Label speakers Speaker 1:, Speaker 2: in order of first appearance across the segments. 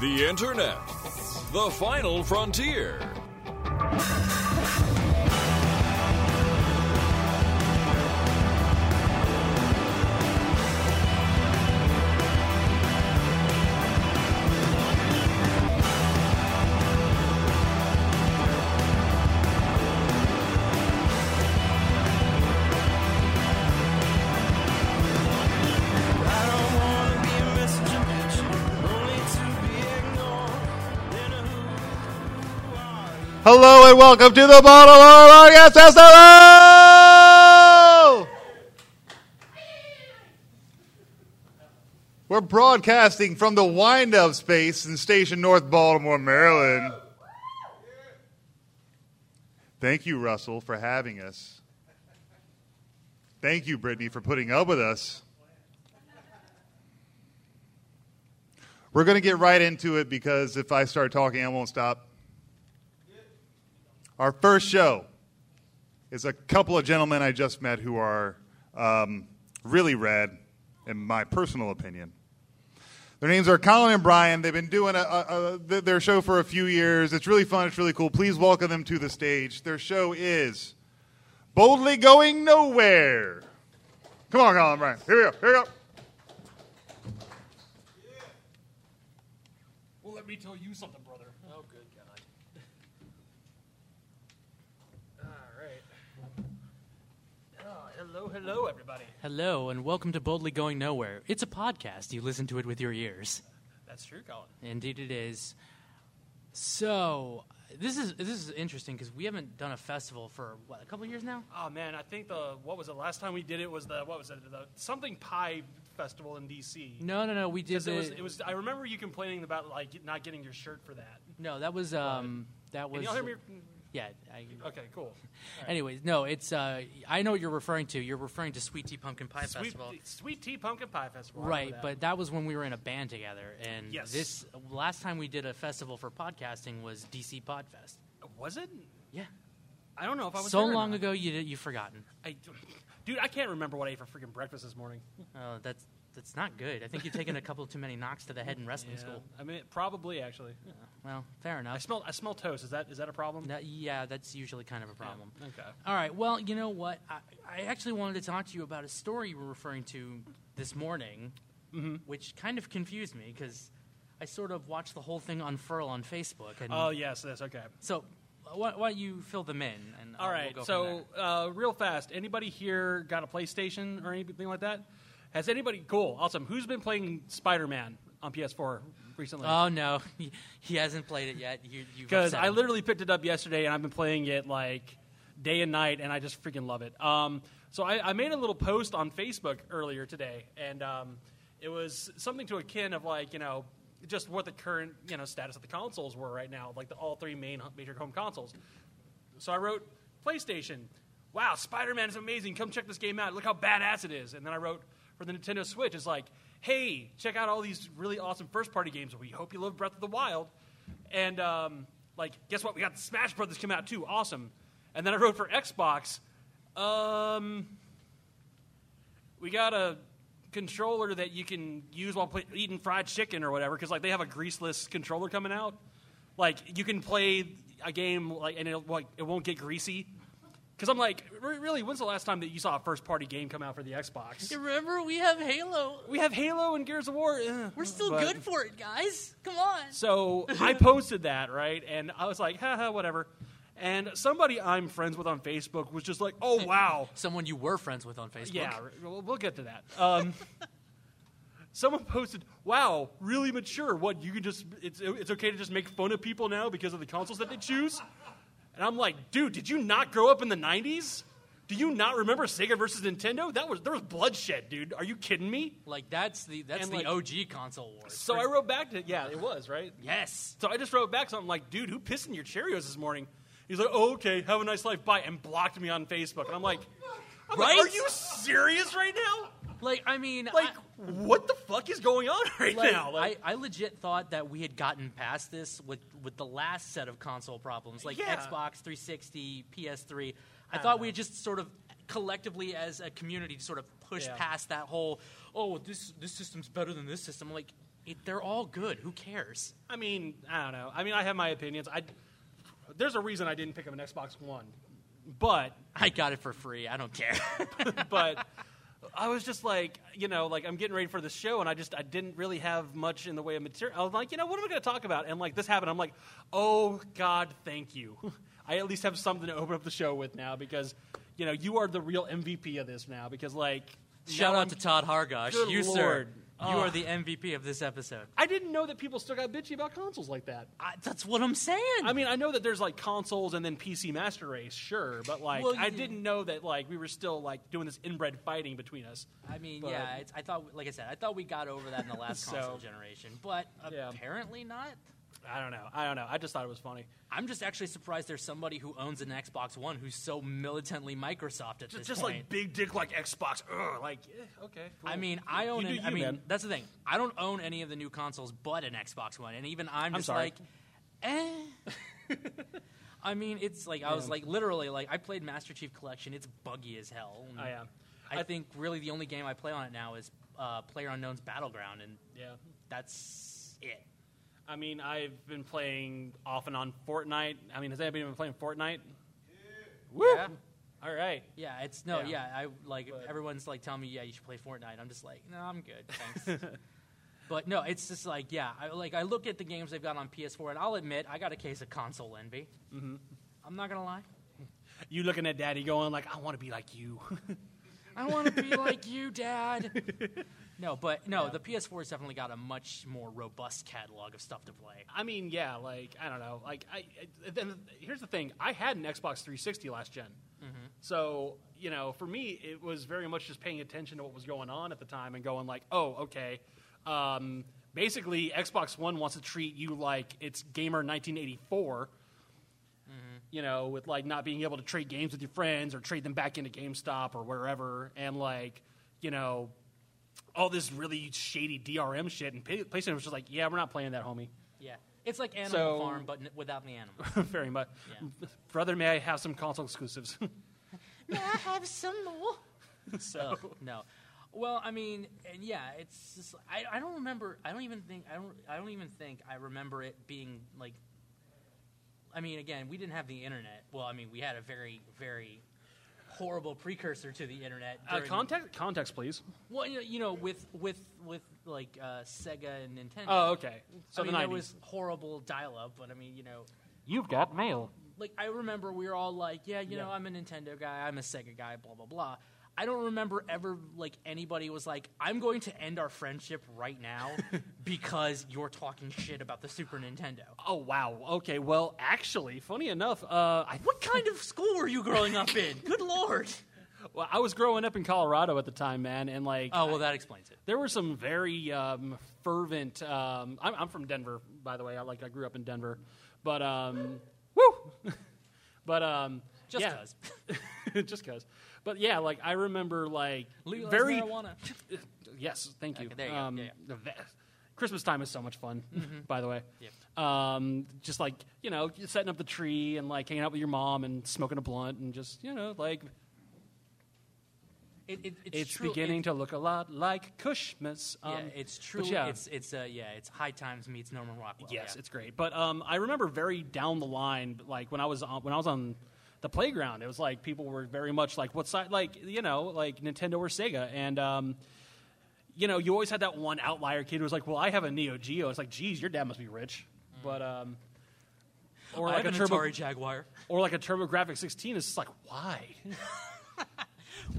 Speaker 1: The Internet. The Final Frontier.
Speaker 2: Hello and welcome to the Bottle of Yes SLO! We're broadcasting from the wind up space in Station North Baltimore, Maryland. Thank you, Russell, for having us. Thank you, Brittany, for putting up with us. We're going to get right into it because if I start talking, I won't stop. Our first show is a couple of gentlemen I just met who are um, really rad, in my personal opinion. Their names are Colin and Brian. They've been doing a, a, a, th- their show for a few years. It's really fun. It's really cool. Please welcome them to the stage. Their show is Boldly Going Nowhere. Come on, Colin and Brian. Here we go. Here we go.
Speaker 3: Well, let me tell you something, brother. Oh, good God. All right. Oh, hello, hello, everybody.
Speaker 4: Hello, and welcome to Boldly Going Nowhere. It's a podcast. You listen to it with your ears.
Speaker 3: That's true, Colin.
Speaker 4: Indeed, it is. So, this is this is interesting because we haven't done a festival for what a couple years now.
Speaker 3: Oh man, I think the what was it last time we did it was the what was it the something pie festival in D.C.
Speaker 4: No, no, no. We
Speaker 3: Because
Speaker 4: did the,
Speaker 3: it was it was I remember you complaining about like not getting your shirt for that.
Speaker 4: no. That was um. That
Speaker 3: Can
Speaker 4: was
Speaker 3: y'all hear me?
Speaker 4: yeah. I,
Speaker 3: Okay, cool.
Speaker 4: Anyways, no. It's uh. I know what you're referring to. You're referring to Sweet Tea Pumpkin Pie
Speaker 3: Sweet,
Speaker 4: Festival.
Speaker 3: Sweet Tea Pumpkin Pie Festival. I remember
Speaker 4: Right, but that was when we were in a band together, and
Speaker 3: Yes.
Speaker 4: this last time we did a festival for podcasting was DC Podfest.
Speaker 3: that. was it?
Speaker 4: Yeah,
Speaker 3: I don't know if I was
Speaker 4: so
Speaker 3: there or
Speaker 4: long
Speaker 3: not.
Speaker 4: ago you did, you've forgotten.
Speaker 3: I, dude, I can't remember what I ate for freaking breakfast this morning.
Speaker 4: Oh, that's that's not good. I think you've taken a couple too many knocks to the head in wrestling school.
Speaker 3: I mean, probably actually.
Speaker 4: Well, fair
Speaker 3: I
Speaker 4: enough.
Speaker 3: smell I smell toast. Is that is that a problem?
Speaker 4: That- yeah, that's usually kind of a problem.
Speaker 3: Yeah, Okay.
Speaker 4: All right. Well, you know what? I, I actually wanted to talk to you about a story you were referring to this morning,
Speaker 3: Mm-hmm.
Speaker 4: which kind of confused me because I sort of watched the whole thing unfurl on Facebook. And
Speaker 3: Oh yes, that's okay.
Speaker 4: so, why, why don't you fill them in? And
Speaker 3: All
Speaker 4: uh,
Speaker 3: right.
Speaker 4: We'll go from
Speaker 3: so uh, real fast, anybody here got a PlayStation or anything like that? Has anybody? Cool. Awesome. Who's been playing Spider Man on PS4 recently?
Speaker 4: there. oh no, he, he hasn't played it yet. You, you
Speaker 3: Because
Speaker 4: upset
Speaker 3: I
Speaker 4: him.
Speaker 3: literally picked it up yesterday and I've been playing it like day and night, and I just freaking love it. Um, so I, I made a little post on Facebook earlier today, and um, it was something to akin of like you know just what the current you know status of the consoles were right now, like the all three main h- major home consoles. So I wrote PlayStation. Wow, Spider Man is amazing. Come check this game out. Look how badass it is. And then I wrote for the Nintendo Switch. It's like, hey, check out all these really awesome first party games. We hope you love Breath of the Wild. And um, like, guess what? We got Smash Brothers come out too. Awesome. And then I wrote for Xbox. Um, we got a controller that you can use while play, eating fried chicken or whatever because like they have a greaseless controller coming out like you can play a game like and it like it won't get greasy because i'm like "Re- really when's the last time that you saw a first party game come out for the xbox
Speaker 4: You remember we have Halo.
Speaker 3: we have halo and gears of war eh,
Speaker 4: We're still
Speaker 3: but-
Speaker 4: good for it, guys. Come on.
Speaker 3: so I posted that, right? And I was like, haha, whatever. And somebody I'm friends with on Facebook was just like, oh, wow.
Speaker 4: Someone you were friends with on Facebook.
Speaker 3: Yeah, we'll, we'll get to that. Um, someone posted, "Wow, really mature. What you can just it's it's okay to just make fun of people now because of the consoles that they choose." And I'm like, "Dude, did you not grow up in the '90s? Do you not remember Sega versus Nintendo? That was there was bloodshed, dude. Are you kidding me?"
Speaker 4: Like that's the that's
Speaker 3: And,
Speaker 4: the
Speaker 3: like-
Speaker 4: OG console war.
Speaker 3: So I wrote back to, "Yeah, it was right."
Speaker 4: yes.
Speaker 3: So I just wrote back something like, dude, who pissed in your Cheerios this morning? He's like, oh, okay, have a nice life, bye, and blocked me on Facebook. And I'm like, I'm like,
Speaker 4: Right?
Speaker 3: are you serious right now?
Speaker 4: Like I mean, I-
Speaker 3: Like, what the fuck is going on right
Speaker 4: like,
Speaker 3: now? Like,
Speaker 4: I, I legit thought that we had gotten past this with, with the last set of console problems, like
Speaker 3: Yeah.
Speaker 4: Xbox 360, PS3. I, thought we had just sort of collectively as a community sort of pushed
Speaker 3: Yeah.
Speaker 4: past that whole, oh, this this system's better than this system. Like, It, they're all good. Who cares?
Speaker 3: I mean, I don't know. I mean, I have my opinions. I there's a reason I didn't pick up an Xbox One, but
Speaker 4: I got it for free. I don't care.
Speaker 3: but I was just like, you know, like I'm getting ready for this show, and I just I didn't really have much in the way of material. I was like, you know, what am I going to talk about? And like this happened, I'm like, oh God, thank you. I at least have something to open up the show with now because, you know, you are the real MVP of this now because like
Speaker 4: Shout
Speaker 3: now
Speaker 4: out
Speaker 3: I'm-
Speaker 4: to Todd Hargosh.
Speaker 3: Good
Speaker 4: you
Speaker 3: Lord.
Speaker 4: sir, you
Speaker 3: Ugh.
Speaker 4: are the MVP of this episode.
Speaker 3: I didn't know that people still got bitchy about consoles like that.
Speaker 4: I, that's what I'm saying.
Speaker 3: I mean, I know that there's like consoles and then PC Master Race, sure, but like
Speaker 4: Well,
Speaker 3: I
Speaker 4: yeah.
Speaker 3: didn't know that like we were still like doing this inbred fighting between us.
Speaker 4: I mean,
Speaker 3: But-
Speaker 4: yeah. It's, I thought, like I said, I thought we got over that in the last
Speaker 3: So-
Speaker 4: console generation, but
Speaker 3: Yeah.
Speaker 4: apparently not.
Speaker 3: I don't know. I don't know. I just thought it was funny.
Speaker 4: I'm just actually surprised there's somebody who owns an Xbox One who's so militantly Microsoft at
Speaker 3: Just,
Speaker 4: this
Speaker 3: just
Speaker 4: point.
Speaker 3: like big dick like Xbox. Ugh, like eh, okay.
Speaker 4: I
Speaker 3: cool.
Speaker 4: mean, I own.
Speaker 3: You do
Speaker 4: An, I
Speaker 3: you,
Speaker 4: mean,
Speaker 3: man.
Speaker 4: that's the thing. I don't own any of the new consoles, but an Xbox One, and even
Speaker 3: I'm
Speaker 4: I'm just
Speaker 3: sorry.
Speaker 4: like, eh. I mean, it's like I was
Speaker 3: Yeah.
Speaker 4: like literally like I played Master Chief Collection. It's buggy as hell. and
Speaker 3: I am.
Speaker 4: I,
Speaker 3: I-
Speaker 4: think really the only game I play on it now is uh, Player Unknown's Battleground, and
Speaker 3: Yeah.
Speaker 4: that's it.
Speaker 3: I mean, I've been playing off and on Fortnite. I mean, has anybody been playing Fortnite? Woo!
Speaker 4: Yeah.
Speaker 3: All right.
Speaker 4: Yeah, it's no,
Speaker 3: Yeah.
Speaker 4: yeah. I like
Speaker 3: But-
Speaker 4: everyone's like telling me, yeah, you should play Fortnite. I'm just like, no, I'm good, thanks. but no, it's just like, yeah, I, like I look at the games they've got on PS4, and I'll admit, I got a case of console envy. Mm-hmm. I'm not gonna lie.
Speaker 3: You looking at daddy going like, I want to be like you.
Speaker 4: I want to be like you, Dad. No, but no, the PS4 has definitely got a much more robust catalog of stuff to play.
Speaker 3: I mean, yeah, like I don't know, like I. I- Then here's the thing: I had an Xbox 360 last general so you know, for me, it was very much just paying attention to what was going on at the time and going like, oh, okay. Um, basically, Xbox One wants to treat you like it's gamer 1984. You know, with like not being able to trade games with your friends or trade them back into GameStop or wherever, and like you know, all this really shady DRM shit. And Pay- PlayStation was just like, yeah, we're not playing that, homie.
Speaker 4: Yeah, it's like Animal
Speaker 3: So-
Speaker 4: Farm, but n- without the animals.
Speaker 3: very much.
Speaker 4: Yeah. Uh,
Speaker 3: Brother, may I have some console exclusives?
Speaker 4: May I have some more? so no. Well, I mean, and yeah, it's just I, I don't remember. I don't even think I don't I don't even think I remember it being like. I mean, again, we didn't have the internet. Well, I mean, we had a very very horrible precursor to the internet.
Speaker 3: uh,
Speaker 4: during-
Speaker 3: context, context, please.
Speaker 4: Well, you know, you know, with with with like uh, Sega and Nintendo.
Speaker 3: Oh, okay. So
Speaker 4: I mean,
Speaker 3: the
Speaker 4: there
Speaker 3: 90s.
Speaker 4: was horrible dial-up, but I mean, you know,
Speaker 3: You've got mail.
Speaker 4: like I remember we were all like, yeah, you know,
Speaker 3: Yeah.
Speaker 4: I'm a Nintendo guy, I'm a Sega guy, blah blah blah. I don't remember ever like anybody was like, I'm going to end our friendship right now because you're talking shit about the Super Nintendo.
Speaker 3: Oh wow. Okay. Well, actually, funny enough, uh, I
Speaker 4: What kind of school were you growing up in? Good lord.
Speaker 3: well, I was growing up in Colorado at the time, man, and like
Speaker 4: Oh well, that explains it.
Speaker 3: there were some very um, fervent. Um, I'm, I'm from Denver, by the way. I like I grew up in Denver, but um, woo, but um,
Speaker 4: Just
Speaker 3: yeah.
Speaker 4: cuz.
Speaker 3: just cause. But yeah, like I remember like
Speaker 4: Legalize
Speaker 3: very
Speaker 4: marijuana.
Speaker 3: Yes, thank you.
Speaker 4: Okay, there you go.
Speaker 3: um,
Speaker 4: Yeah, yeah.
Speaker 3: the ve- Christmas time is so much fun, by the way.
Speaker 4: Yep.
Speaker 3: Um, just like you know, setting up the tree and like hanging out with your mom and smoking a blunt and just you know, like
Speaker 4: It, it, it's
Speaker 3: it's,
Speaker 4: true-
Speaker 3: beginning
Speaker 4: it-
Speaker 3: to look a lot like Christmas. Um,
Speaker 4: Yeah, it's
Speaker 3: but
Speaker 4: true.
Speaker 3: yeah.
Speaker 4: It's it's uh, yeah, it's High Times meets Norman Rockwell.
Speaker 3: Yes,
Speaker 4: yeah.
Speaker 3: it's great. But um, I remember very down the line, like when I was on, when I was on the playground, it was like people were very much like, "What side?" Like you know, like Nintendo or Sega, and um, you know, you always had that one outlier kid who was like, "Well, I have a Neo Geo." It's like, "Geez, your dad must be rich," but um, or
Speaker 4: Mm. I
Speaker 3: like
Speaker 4: have
Speaker 3: a
Speaker 4: an
Speaker 3: turbo,
Speaker 4: Atari Jaguar.
Speaker 3: or like a TurboGrafx 16. It's just like, why?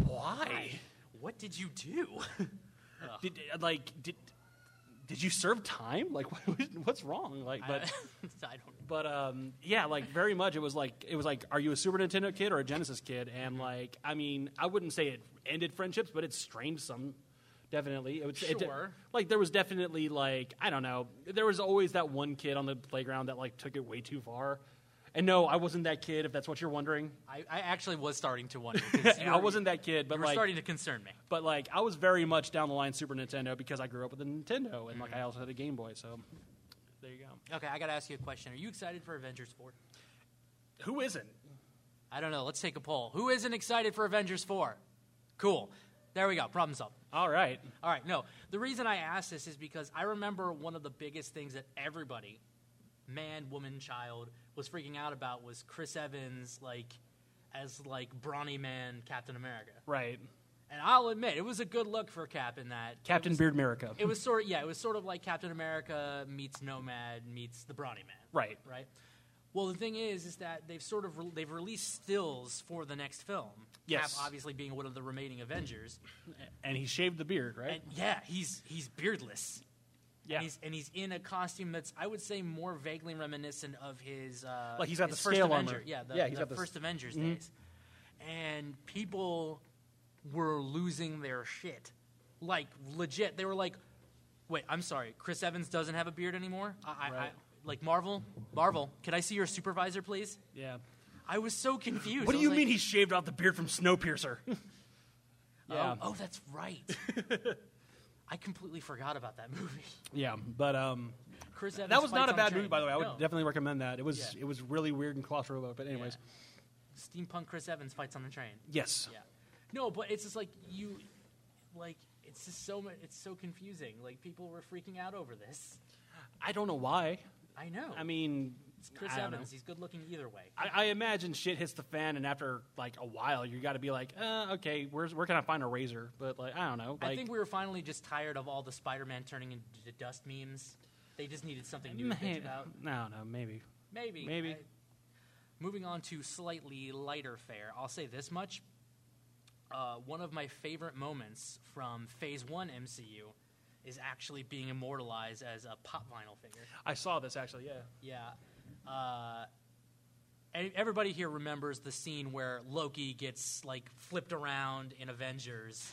Speaker 3: why?
Speaker 4: What did you do?
Speaker 3: Did like did did you serve time? Like, what, what's wrong? Like, but.
Speaker 4: I don't
Speaker 3: But um, yeah, like very much, it was like it was like, are you a Super Nintendo kid or a Genesis kid? And like, I mean, I wouldn't say it ended friendships, but it strained some. Definitely, it was it de-
Speaker 4: Sure.
Speaker 3: like there was definitely like I don't know, there was always that one kid on the playground that like took it way too far. And no, I wasn't that kid. If that's what you're wondering,
Speaker 4: I, I actually was starting to wonder. 'cause you
Speaker 3: I
Speaker 4: were-
Speaker 3: wasn't that kid. But
Speaker 4: You were
Speaker 3: like,
Speaker 4: starting to concern me.
Speaker 3: but like, I was very much down the line Super Nintendo because I grew up with a Nintendo, and like I also had a Game Boy. So there you go.
Speaker 4: Okay, I got to ask you a question. Are you excited for Avengers 4?
Speaker 3: Who isn't?
Speaker 4: I don't know. Let's take a poll. Who isn't excited for Avengers 4? Cool. There we go. Problem solved.
Speaker 3: All right.
Speaker 4: All right, no. The reason I asked this is because I remember one of the biggest things that everybody, man, woman, child, was freaking out about was Chris Evans, like, as like brawny man Captain America.
Speaker 3: Right.
Speaker 4: And I'll admit, it was a good look for Cap in that.
Speaker 3: Captain
Speaker 4: it was,
Speaker 3: Beard America.
Speaker 4: It was sort of yeah, it was sort of like Captain America meets Nomad meets the brawny man.
Speaker 3: Right.
Speaker 4: Right. Well, the thing is, is that they've sort of re- they've released stills for the next film.
Speaker 3: Yes.
Speaker 4: Cap obviously being one of the remaining Avengers.
Speaker 3: and he shaved the beard, right?
Speaker 4: And yeah, he's he's beardless.
Speaker 3: yeah.
Speaker 4: And he's, and he's in a costume that's, I would say, more vaguely reminiscent of his. Uh,
Speaker 3: Like, he's got
Speaker 4: his
Speaker 3: the
Speaker 4: first
Speaker 3: scale
Speaker 4: Avenger.
Speaker 3: armor.
Speaker 4: Yeah, the,
Speaker 3: Yeah, he's
Speaker 4: the
Speaker 3: got the s- Mm-hmm.
Speaker 4: first Avengers days. And people were losing their shit. Like, legit. They were like, wait, I'm sorry. Chris Evans doesn't have a beard anymore? I, I, I,
Speaker 3: Right.
Speaker 4: like, Marvel, Marvel, could I see your supervisor, please?
Speaker 3: yeah.
Speaker 4: I was so confused.
Speaker 3: What
Speaker 4: I
Speaker 3: do you
Speaker 4: was
Speaker 3: mean
Speaker 4: like,
Speaker 3: he shaved off the beard from Snowpiercer? yeah.
Speaker 4: Oh, oh, that's right. I completely forgot about that movie.
Speaker 3: Yeah. But um,
Speaker 4: Chris Evans.
Speaker 3: that was not
Speaker 4: fights
Speaker 3: a
Speaker 4: on
Speaker 3: bad
Speaker 4: train.
Speaker 3: movie, by the way. I would
Speaker 4: No.
Speaker 3: definitely recommend that. It was
Speaker 4: Yeah.
Speaker 3: it was really weird and claustrophobic. But anyways,
Speaker 4: Steampunk Chris Evans fights on the train.
Speaker 3: yes.
Speaker 4: Yeah. No, but it's just like you, like it's just so much. It's so confusing. Like people were freaking out over this.
Speaker 3: I don't know why.
Speaker 4: I know.
Speaker 3: I mean,
Speaker 4: Oh. it's Chris
Speaker 3: I don't know.
Speaker 4: Evans. He's good looking either way.
Speaker 3: I, I imagine shit hits the fan, and after like a while, you got to be like, uh, okay, where's where can I find a razor? But like, I don't know. Like,
Speaker 4: I think we were finally just tired of all the Spider-Man turning into d- dust memes. They just needed something new to bitch about.
Speaker 3: no, no, maybe.
Speaker 4: Maybe.
Speaker 3: Maybe.
Speaker 4: I- moving on to slightly lighter fare, I'll say this much. Uh, one of my favorite moments from Phase 1 MCU is actually being immortalized as a pop vinyl figure.
Speaker 3: I saw this actually. Yeah.
Speaker 4: Yeah. Uh, and everybody here remembers the scene where Loki gets like flipped around in Avengers,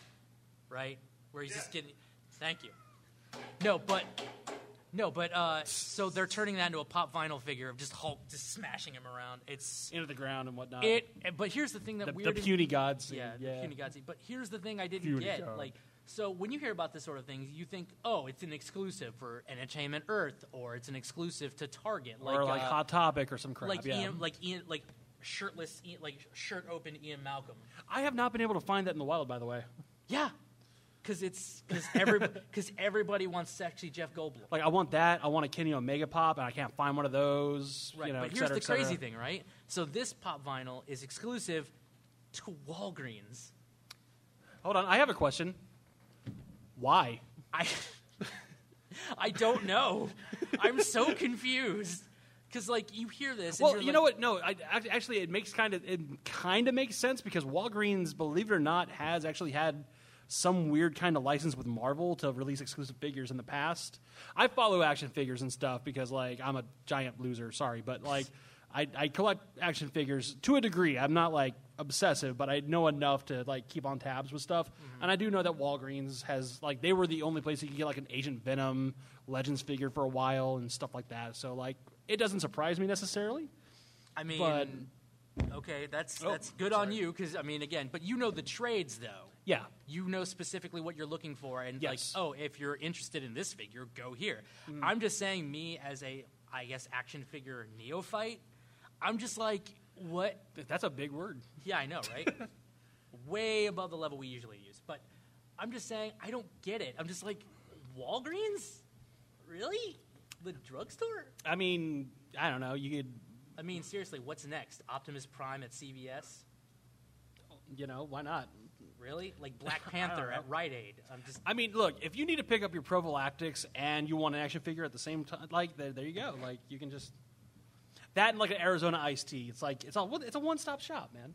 Speaker 4: right? Where he's just getting. Thank you. No, but no, but uh, so they're turning that into a pop vinyl figure of just Hulk just smashing him around. It's
Speaker 3: into the ground and whatnot.
Speaker 4: it. But here's the thing that
Speaker 3: the, the
Speaker 4: weirded me-
Speaker 3: puny gods.
Speaker 4: yeah, the puny god scene. But here's the thing I didn't
Speaker 3: Puny
Speaker 4: get.
Speaker 3: god.
Speaker 4: Like, so when you hear about this sort of thing, you think, oh, it's an exclusive for Entertainment Earth, or it's an exclusive to Target, like,
Speaker 3: or like
Speaker 4: uh,
Speaker 3: Hot Topic or some crap.
Speaker 4: like
Speaker 3: yeah.
Speaker 4: Ian, like Ian, like shirtless, Ian, like shirt open Ian Malcolm.
Speaker 3: I have not been able to find that in the wild, by the way.
Speaker 4: Yeah, because it's because everybody because everybody wants sexy Jeff Goldblum.
Speaker 3: Like, I want that. I want a Kenny Omega pop, and I can't find one of those.
Speaker 4: Right,
Speaker 3: you know,
Speaker 4: but
Speaker 3: et
Speaker 4: here's
Speaker 3: cetera,
Speaker 4: the
Speaker 3: et cetera.
Speaker 4: crazy thing, right? So this pop vinyl is exclusive to Walgreens.
Speaker 3: Hold on, I have a question. Why?
Speaker 4: I I don't know. I'm so confused because like you hear this. and
Speaker 3: Well,
Speaker 4: you're
Speaker 3: you
Speaker 4: like-
Speaker 3: know what? No, I, act- actually, it makes kind of it kind of makes sense because Walgreens, believe it or not, has actually had some weird kind of license with Marvel to release exclusive figures in the past. I follow action figures and stuff because, like, I'm a giant loser. Sorry, but like, I, I collect action figures to a degree. I'm not like obsessive, but I know enough to like keep on tabs with stuff. And I do know that Walgreens has like they were the only place you could get like an Agent Venom Legends figure for a while and stuff like that. So like. It doesn't surprise me necessarily.
Speaker 4: I mean,
Speaker 3: but-
Speaker 4: okay, that's
Speaker 3: Oh,
Speaker 4: that's good on you because I mean, again, but you know the trades though.
Speaker 3: Yeah.
Speaker 4: You know specifically what you're looking for, and
Speaker 3: Yes.
Speaker 4: like, oh, if you're interested in this figure, go here. I'm just saying, me as a, I guess, action figure neophyte, I'm just like, what
Speaker 3: Th- That's a big word.
Speaker 4: Yeah, I know, right? Way above the level we usually use. But I'm just saying, I don't get it. I'm just like, Walgreens? Really? The drugstore?
Speaker 3: I mean, I don't know. You could,
Speaker 4: I mean, seriously, what's next? Optimus Prime at CVS?
Speaker 3: you know, why not?
Speaker 4: Really? Like Black Panther at Rite Aid? I'm just.
Speaker 3: I mean, look, if you need to pick up your prophylactics and you want an action figure at the same time, like there, there you go. Like you can just that and like an Arizona iced tea. It's like it's a it's a one stop shop, man.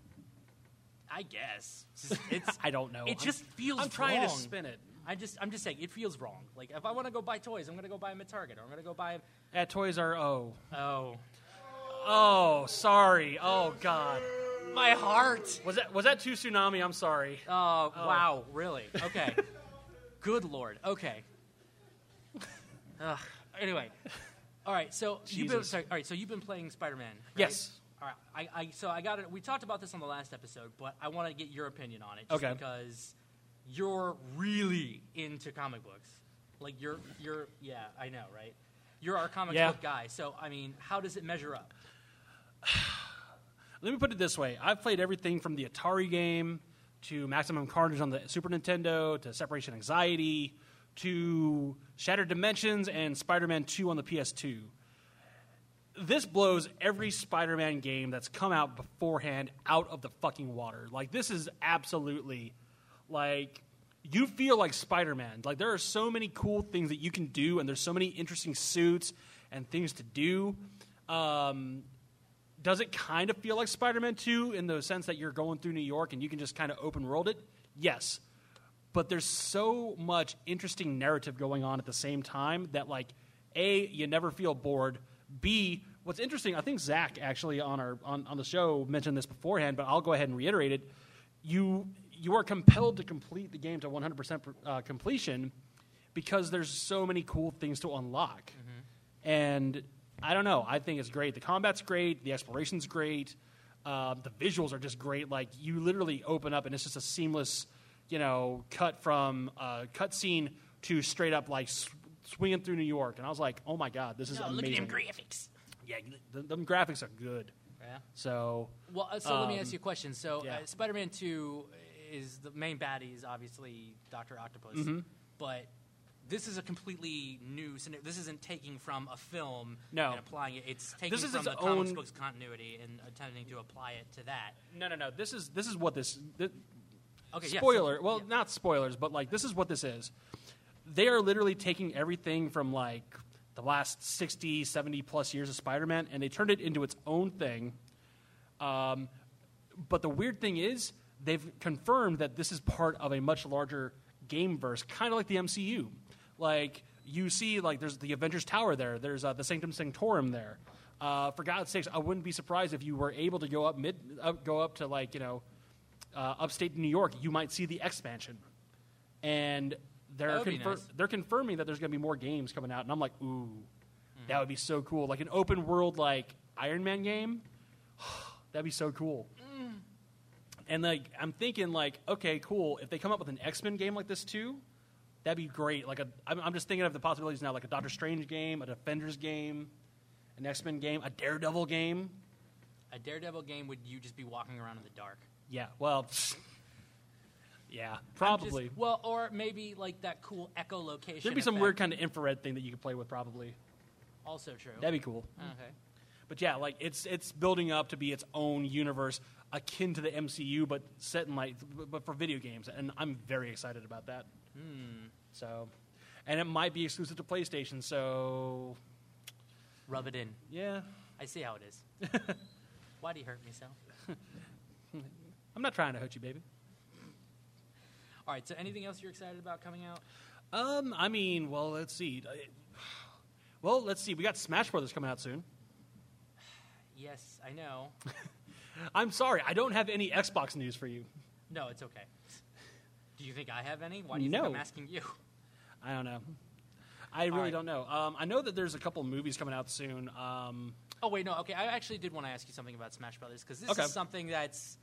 Speaker 4: I guess. It's just- it's-
Speaker 3: I don't know.
Speaker 4: It
Speaker 3: I'm-
Speaker 4: just feels.
Speaker 3: I'm trying to
Speaker 4: wrong.
Speaker 3: spin it.
Speaker 4: I just. I'm just saying, it feels wrong. Like if I want to go buy toys, I'm gonna go buy them at Target, or I'm gonna go buy them.
Speaker 3: At Toys R O.
Speaker 4: Oh,
Speaker 3: Oh, sorry. Oh God.
Speaker 4: my heart.
Speaker 3: Was that was that too tsunami? I'm sorry.
Speaker 4: Oh, wow, really? Okay. Good lord. Okay. Ugh. Anyway. All right. So you've been
Speaker 3: Jesus.
Speaker 4: sorry, all right. So you've been playing Spider-Man. right?
Speaker 3: Yes.
Speaker 4: All right. I, I so I got it. We talked about this on the last episode, but I want to get your opinion on it. Just
Speaker 3: Okay.
Speaker 4: Because you're really into comic books. Like you're you're yeah I know right. You're our comic
Speaker 3: Yeah.
Speaker 4: book guy. So I mean, how does it measure up?
Speaker 3: Let me put it this way: I've played everything from the Atari game to Maximum Carnage on the Super Nintendo, to Separation Anxiety, to Shattered Dimensions, and Spider Man 2 on the PS2. This blows every Spider Man game that's come out beforehand out of the fucking water. Like, this is absolutely like. You feel like Spider Man. Like, there are so many cool things that you can do, and there's so many interesting suits and things to do. Um, does it kind of feel like Spider-Man 2 in the sense that you're going through New York and you can just kind of open world it? Yes. But there's so much interesting narrative going on at the same time that like A, you never feel bored. B, what's interesting, I think Zach actually on our on, on the show mentioned this beforehand, but I'll go ahead and reiterate it. You you are compelled to complete the game to 100% pr- uh, completion because there's so many cool things to unlock and I don't know. I think it's great. The combat's great. The exploration's great. Uh, the visuals are just great. Like you literally open up, and it's just a seamless, you know, cut from uh, cutscene to straight up like sw- swinging through New York. And I was like, oh my god, this is
Speaker 4: No,
Speaker 3: amazing.
Speaker 4: look at them graphics.
Speaker 3: Yeah, th- them graphics are good.
Speaker 4: Yeah.
Speaker 3: So
Speaker 4: Well, uh, so let me ask you a question. So,
Speaker 3: Um, yeah.
Speaker 4: uh, Spider-Man Two is the main baddie is obviously Doctor Octopus,
Speaker 3: Mm-hmm.
Speaker 4: but this is a completely new. scena- This isn't taking from a film
Speaker 3: No.
Speaker 4: and applying it. It's taking
Speaker 3: is
Speaker 4: from
Speaker 3: its
Speaker 4: the comics
Speaker 3: own-
Speaker 4: books continuity and attempting to apply it to that.
Speaker 3: no, no, no. This is this is what this. thi-
Speaker 4: Okay, yeah, so-
Speaker 3: spoiler. well,
Speaker 4: yeah.
Speaker 3: not spoilers, but like this is what this is. They are literally taking everything from like the last 60, 70 plus years of Spider Man and they turned it into its own thing. Um, but the weird thing is, they've confirmed that this is part of a much larger game verse, kind of like the MCU. Like, you see, like, there's the Avengers Tower there, there's uh, the Sanctum Sanctorum there. Uh, for God's sakes, I wouldn't be surprised if you were able to go up mid, up, go up to like you know, uh, upstate New York. You might see the X mansion, and they're
Speaker 4: That would be
Speaker 3: confir-
Speaker 4: nice. Hmm.
Speaker 3: they're confirming that there's going to be more games coming out, and I'm like, ooh, that would be so cool, like an open world like Iron Man game. That'd be so cool. And like I'm thinking like, okay, cool. If they come up with an X Men game like this too, that'd be great. Like a, I'm, I'm just thinking of the possibilities now, like a Doctor Strange game, a Defenders game, an X Men game, a Daredevil game.
Speaker 4: A Daredevil game would you just be walking around in the dark?
Speaker 3: Yeah, well, yeah,
Speaker 4: I'm just-
Speaker 3: probably.
Speaker 4: well, or maybe like that cool echolocation.
Speaker 3: There'd be some
Speaker 4: effect.
Speaker 3: weird kind of infrared thing that you could play with, probably.
Speaker 4: Also true.
Speaker 3: That'd be cool.
Speaker 4: okay.
Speaker 3: But yeah, like it's it's building up to be its own universe akin to the MCU, but set in like but- but for video games, and I'm very excited about that. Hmm. So, and it might be exclusive to PlayStation. So
Speaker 4: Rub it in.
Speaker 3: yeah,
Speaker 4: I see how it is. Why do you hurt me so?
Speaker 3: I'm not trying to hurt you, baby.
Speaker 4: All right. So, anything else you're excited about coming out?
Speaker 3: Um, I mean, well, let's see. I- Well, let's see. We got Smash Brothers coming out soon.
Speaker 4: Yes, I know.
Speaker 3: I'm sorry, I don't have any Xbox news for you.
Speaker 4: No, it's okay. Do you think I have any? Why do you think
Speaker 3: No.
Speaker 4: I'm asking you?
Speaker 3: I don't know. I really
Speaker 4: right.
Speaker 3: don't know. Um, I know that there's a couple movies coming out soon. Um,
Speaker 4: Oh wait, no. Okay, I actually did want to ask you something about Smash Brothers because this
Speaker 3: Okay.
Speaker 4: is something that's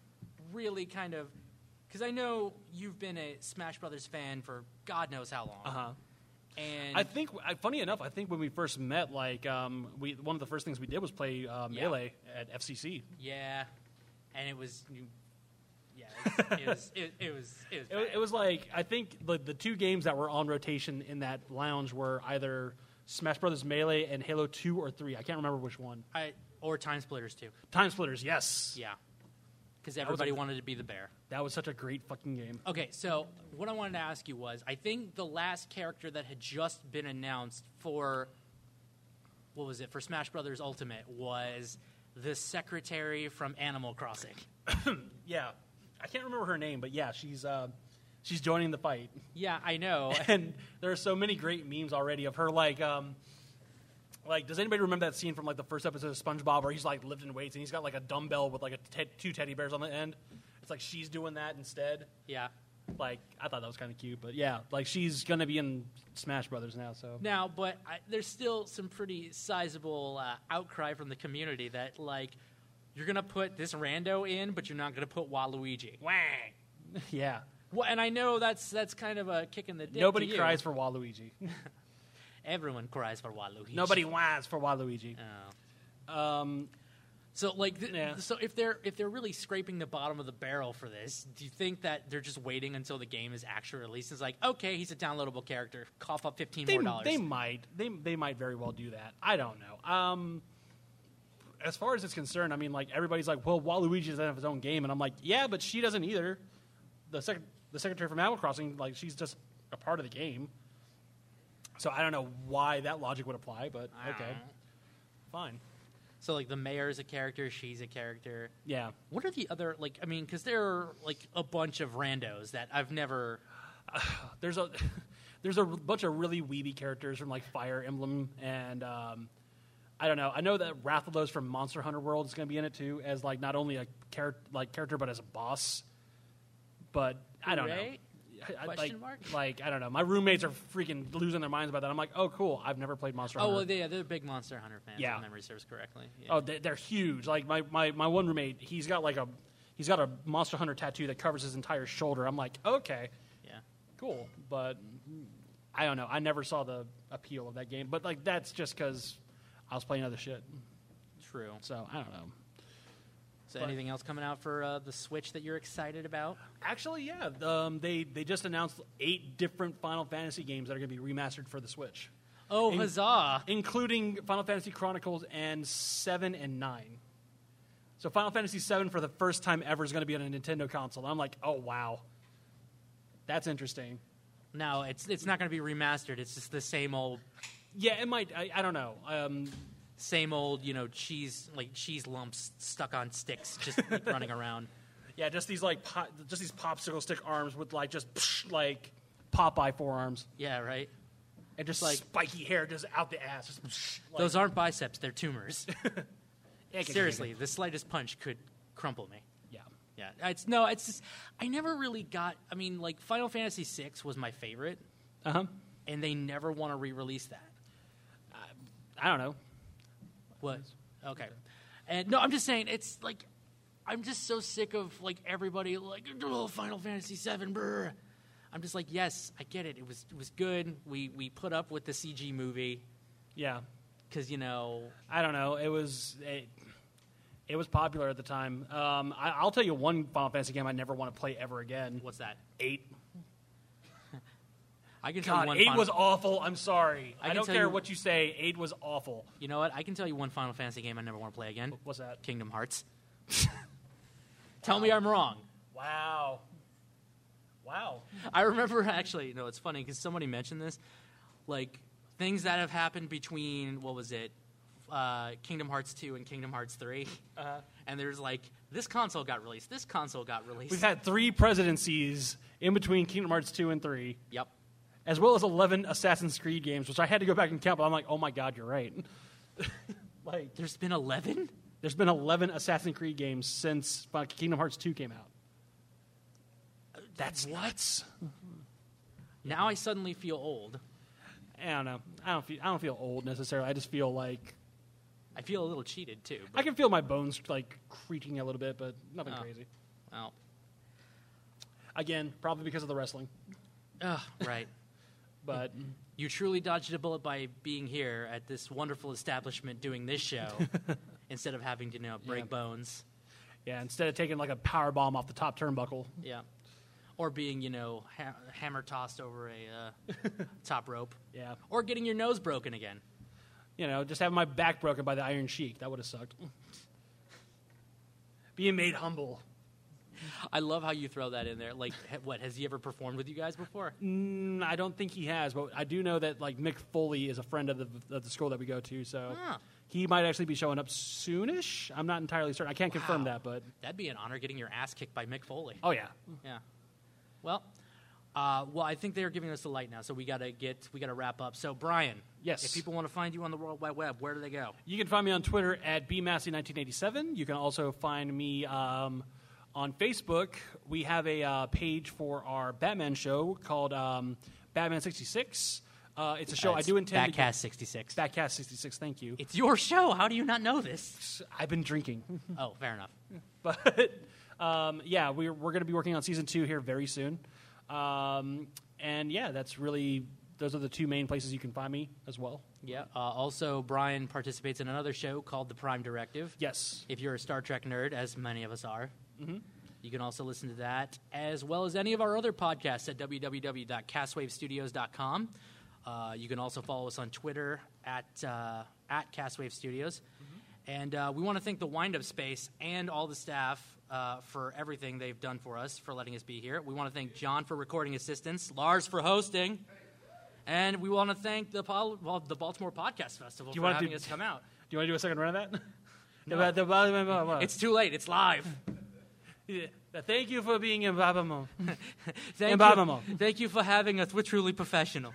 Speaker 4: really kind of because I know you've been a Smash Brothers fan for God knows how long.
Speaker 3: uh-huh.
Speaker 4: And
Speaker 3: I think, I- funny enough, I think when we first met, like um, we one of the first things we did was play uh,
Speaker 4: Yeah.
Speaker 3: melee at FCC.
Speaker 4: yeah, and it was you- yeah, it was it, it was it was
Speaker 3: It, wa- it was like I think the the two games that were on rotation in that lounge were either Smash Brothers Melee and Halo Two or Three. I can't remember which one.
Speaker 4: bad. I, or Time Splitters too.
Speaker 3: Time Splitters, yes.
Speaker 4: Yeah, because
Speaker 3: was a-
Speaker 4: everybody wanted to be the bear.
Speaker 3: That was such a great fucking game.
Speaker 4: Okay, so what I wanted to ask you was I think the last character that had just been announced for what was it for Smash Brothers Ultimate was the secretary from Animal Crossing.
Speaker 3: Yeah, I can't remember her name, but yeah, she's uh, she's joining the fight.
Speaker 4: Yeah, I know.
Speaker 3: and there are so many great memes already of her like um like does anybody remember that scene from like the first episode of SpongeBob where he's like lifting weights and he's got like a dumbbell with like a te- two teddy bears on the end? It's like she's doing that instead.
Speaker 4: yeah.
Speaker 3: Like I thought that was kind of cute, but yeah, like she's gonna be in Smash Brothers now. So
Speaker 4: Now, but I, there's still some pretty sizable uh, outcry from the community that like you're gonna put this rando in, but you're not gonna put Waluigi.
Speaker 3: wang, yeah.
Speaker 4: Well, and I know that's that's kind of a kick in the dick. to
Speaker 3: Nobody
Speaker 4: you.
Speaker 3: cries for Waluigi.
Speaker 4: Everyone cries for Waluigi.
Speaker 3: Nobody whines for Waluigi.
Speaker 4: Oh.
Speaker 3: Um,
Speaker 4: So like, th-
Speaker 3: Yeah.
Speaker 4: so if they're if they're really scraping the bottom of the barrel for this, do you think that they're just waiting until the game is actually released? It's like, okay, he's a downloadable character. Cough up fifteen
Speaker 3: They,
Speaker 4: more dollars.
Speaker 3: they might. They, they might very well do that. I don't know. Um, as far as it's concerned, I mean, like everybody's like, well, Waluigi doesn't have his own game, and I'm like, yeah, but she doesn't either. The sec- the secretary from Animal Crossing, like, she's just a part of the game. So I don't know why that logic would apply, but
Speaker 4: I don't
Speaker 3: okay,
Speaker 4: know.
Speaker 3: fine,
Speaker 4: So like, the mayor is a character. She's a character.
Speaker 3: yeah.
Speaker 4: What are the other like? I mean, because there are like a bunch of randos that I've never.
Speaker 3: There's a there's a bunch of really weeby characters from like Fire Emblem and um, I don't know. I know that Rathalos from Monster Hunter World is going to be in it too as like not only a character like character but as a boss. But I don't
Speaker 4: Right?
Speaker 3: know. I- I-
Speaker 4: Question
Speaker 3: like,
Speaker 4: mark?
Speaker 3: like I don't know. My roommates are freaking losing their minds about that. I'm like, oh cool. I've never played Monster
Speaker 4: Oh
Speaker 3: Hunter.
Speaker 4: well, yeah, they're big Monster Hunter fans.
Speaker 3: Uh-huh. Yeah.
Speaker 4: if memory serves correctly. Yeah.
Speaker 3: Oh, they- they're huge. Like my, my, my one roommate, he's got like a he's got a Monster Hunter tattoo that covers his entire shoulder. I'm like, okay,
Speaker 4: yeah.
Speaker 3: cool, but I don't know. I never saw the appeal of that game, but like that's just because I was playing other shit.
Speaker 4: True.
Speaker 3: So I don't know.
Speaker 4: So,
Speaker 3: But-
Speaker 4: anything else coming out for uh, the Switch that you're excited about?
Speaker 3: Actually, yeah, um, they they just announced eight different Final Fantasy games that are going to be remastered for the Switch,
Speaker 4: Oh,
Speaker 3: In-
Speaker 4: huzzah!
Speaker 3: including Final Fantasy Chronicles and seven and nine. So Final Fantasy VII for the first time ever is going to be on a Nintendo console. I'm like, oh wow, that's interesting.
Speaker 4: No, it's it's not going to be remastered. It's just the same old,
Speaker 3: Yeah, it might. I, I don't know. Um,
Speaker 4: same old, you know, cheese like cheese lumps stuck on sticks, just running around.
Speaker 3: Yeah, just these like po- just these popsicle stick arms with like just psh, like Popeye forearms
Speaker 4: Yeah, right.
Speaker 3: and just
Speaker 4: Like-
Speaker 3: like spiky hair just out the ass. Just, psh, like-
Speaker 4: Those aren't biceps; they're tumors.
Speaker 3: Yeah,
Speaker 4: Seriously, the slightest punch could crumple me.
Speaker 3: yeah,
Speaker 4: Yeah, it's no, it's just I never really got. I mean, like Final Fantasy VI was my favorite,
Speaker 3: uh huh.
Speaker 4: and they never want to re-release that.
Speaker 3: I don't know.
Speaker 4: What? Okay. And no, I'm just saying it's like I'm just so sick of like everybody like oh, Final Fantasy VII. Brr. I'm just like yes, I get it. It was it was good. We we put up with the CG movie
Speaker 3: Yeah,
Speaker 4: because you know
Speaker 3: I don't know. It was it, it was popular at the time. Um, I, I'll tell you one Final Fantasy game I never want to play ever again.
Speaker 4: what's that?
Speaker 3: eight?
Speaker 4: I can tell you
Speaker 3: God,
Speaker 4: one.
Speaker 3: eight
Speaker 4: Final,
Speaker 3: was awful. I'm sorry.
Speaker 4: I
Speaker 3: I,
Speaker 4: can
Speaker 3: don't
Speaker 4: tell
Speaker 3: care
Speaker 4: you-
Speaker 3: what you say. Eight was awful.
Speaker 4: You know what? I can tell you one Final Fantasy game I never want to play again.
Speaker 3: What's that?
Speaker 4: Kingdom Hearts. tell me I'm wrong.
Speaker 3: Wow. Wow.
Speaker 4: I remember actually, no, it's funny because somebody mentioned this, like things that have happened between what was it, uh, Kingdom Hearts two and Kingdom Hearts 3
Speaker 3: Uh-huh.
Speaker 4: and there's like this console got released, this console got released.
Speaker 3: We've had three presidencies in between Kingdom Hearts 2 and 3,
Speaker 4: yep,
Speaker 3: as well as 11 Assassin's Creed games, which I had to go back and count, but I'm like, oh my God, you're right. like,
Speaker 4: there's been eleven.
Speaker 3: there's been 11 Assassin's Creed games since uh, Kingdom Hearts 2 came out. That's what?
Speaker 4: Now I suddenly feel old.
Speaker 3: I don't know. I don't feel, I don't feel old necessarily. I just feel like
Speaker 4: I feel a little cheated too.
Speaker 3: I
Speaker 4: But,
Speaker 3: can feel my bones like creaking a little bit, but nothing
Speaker 4: Oh.
Speaker 3: crazy.
Speaker 4: well,
Speaker 3: Again, probably because of the wrestling,
Speaker 4: ugh, right.
Speaker 3: but
Speaker 4: You truly dodged a bullet by being here at this wonderful establishment doing this show instead of having to you know break
Speaker 3: Yeah.
Speaker 4: bones.
Speaker 3: yeah, instead of taking like a power bomb off the top turnbuckle,
Speaker 4: Yeah. Or being, you know, ha- hammer tossed over a uh, top rope.
Speaker 3: yeah,
Speaker 4: Or getting your nose broken again.
Speaker 3: you know, just having my back broken by the Iron Sheik. That would have sucked. Being made humble.
Speaker 4: I love how you throw that in there. Like, ha- what, has he ever performed with you guys before?
Speaker 3: Mm, I don't think he has, but I do know that like Mick Foley is a friend of the of the school that we go to, so
Speaker 4: Huh.
Speaker 3: he might actually be showing up soonish. I'm not entirely certain. I can't confirm
Speaker 4: Wow.
Speaker 3: that, but
Speaker 4: That'd be an honor getting your ass kicked by Mick Foley.
Speaker 3: oh yeah,
Speaker 4: Yeah. Well, uh, well, I think they're giving us the light now, so we gotta get, we gotta wrap up. So, Brian,
Speaker 3: Yes.
Speaker 4: if people want to find you on the World Wide Web, where do they go?
Speaker 3: you can find me on Twitter at bmassey1987. You can also find me. Um, on Facebook, we have a uh, page for our Batman show called um, Batman 66. Uh, it's a show I do intend to
Speaker 4: Backcast sixty six.
Speaker 3: Backcast 66, thank you.
Speaker 4: It's your show. How do you not know this?
Speaker 3: I've been drinking.
Speaker 4: oh, fair enough.
Speaker 3: but um, yeah, we're, we're going to be working on season two here very soon. Um, and yeah, that's really Those are the two main places you can find me as well.
Speaker 4: Yeah. Uh, also, Brian participates in another show called The Prime Directive.
Speaker 3: Yes.
Speaker 4: If you're a Star Trek nerd, as many of us are,
Speaker 3: Mm-hmm.
Speaker 4: you can also listen to that as well as any of our other podcasts at www.castwavestudios.com. Uh, you can also follow us on Twitter at uh, at Castwave Studios.
Speaker 3: Mm-hmm.
Speaker 4: And uh, we want to thank the Windup Space and all the staff uh, for everything they've done for us, for letting us be here. We want to thank John for recording assistance, Lars for hosting, and we want to thank the Pol- well, the Baltimore Podcast Festival
Speaker 3: Do you
Speaker 4: for
Speaker 3: wanna
Speaker 4: having
Speaker 3: do-
Speaker 4: us come out.
Speaker 3: Do you want to do a second run of that? The- the- blah, blah, blah, blah.
Speaker 4: It's too late. It's live.
Speaker 3: Yeah. Thank you for being in Babamo.
Speaker 4: Thank
Speaker 3: And Bob Mamo.
Speaker 4: you, thank you for having us. We're truly professional.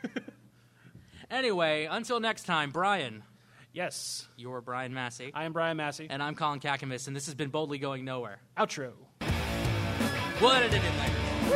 Speaker 4: anyway, until next time, Brian.
Speaker 3: yes.
Speaker 4: You're Brian Massey.
Speaker 3: I am Brian Massey.
Speaker 4: and I'm Colin Kakamis, and this has been Boldly Going Nowhere.
Speaker 3: Outro.
Speaker 4: We'll edit it in later.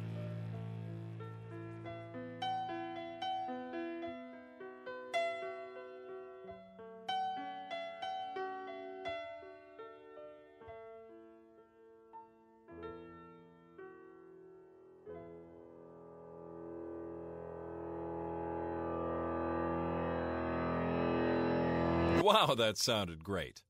Speaker 1: Wow, that sounded great.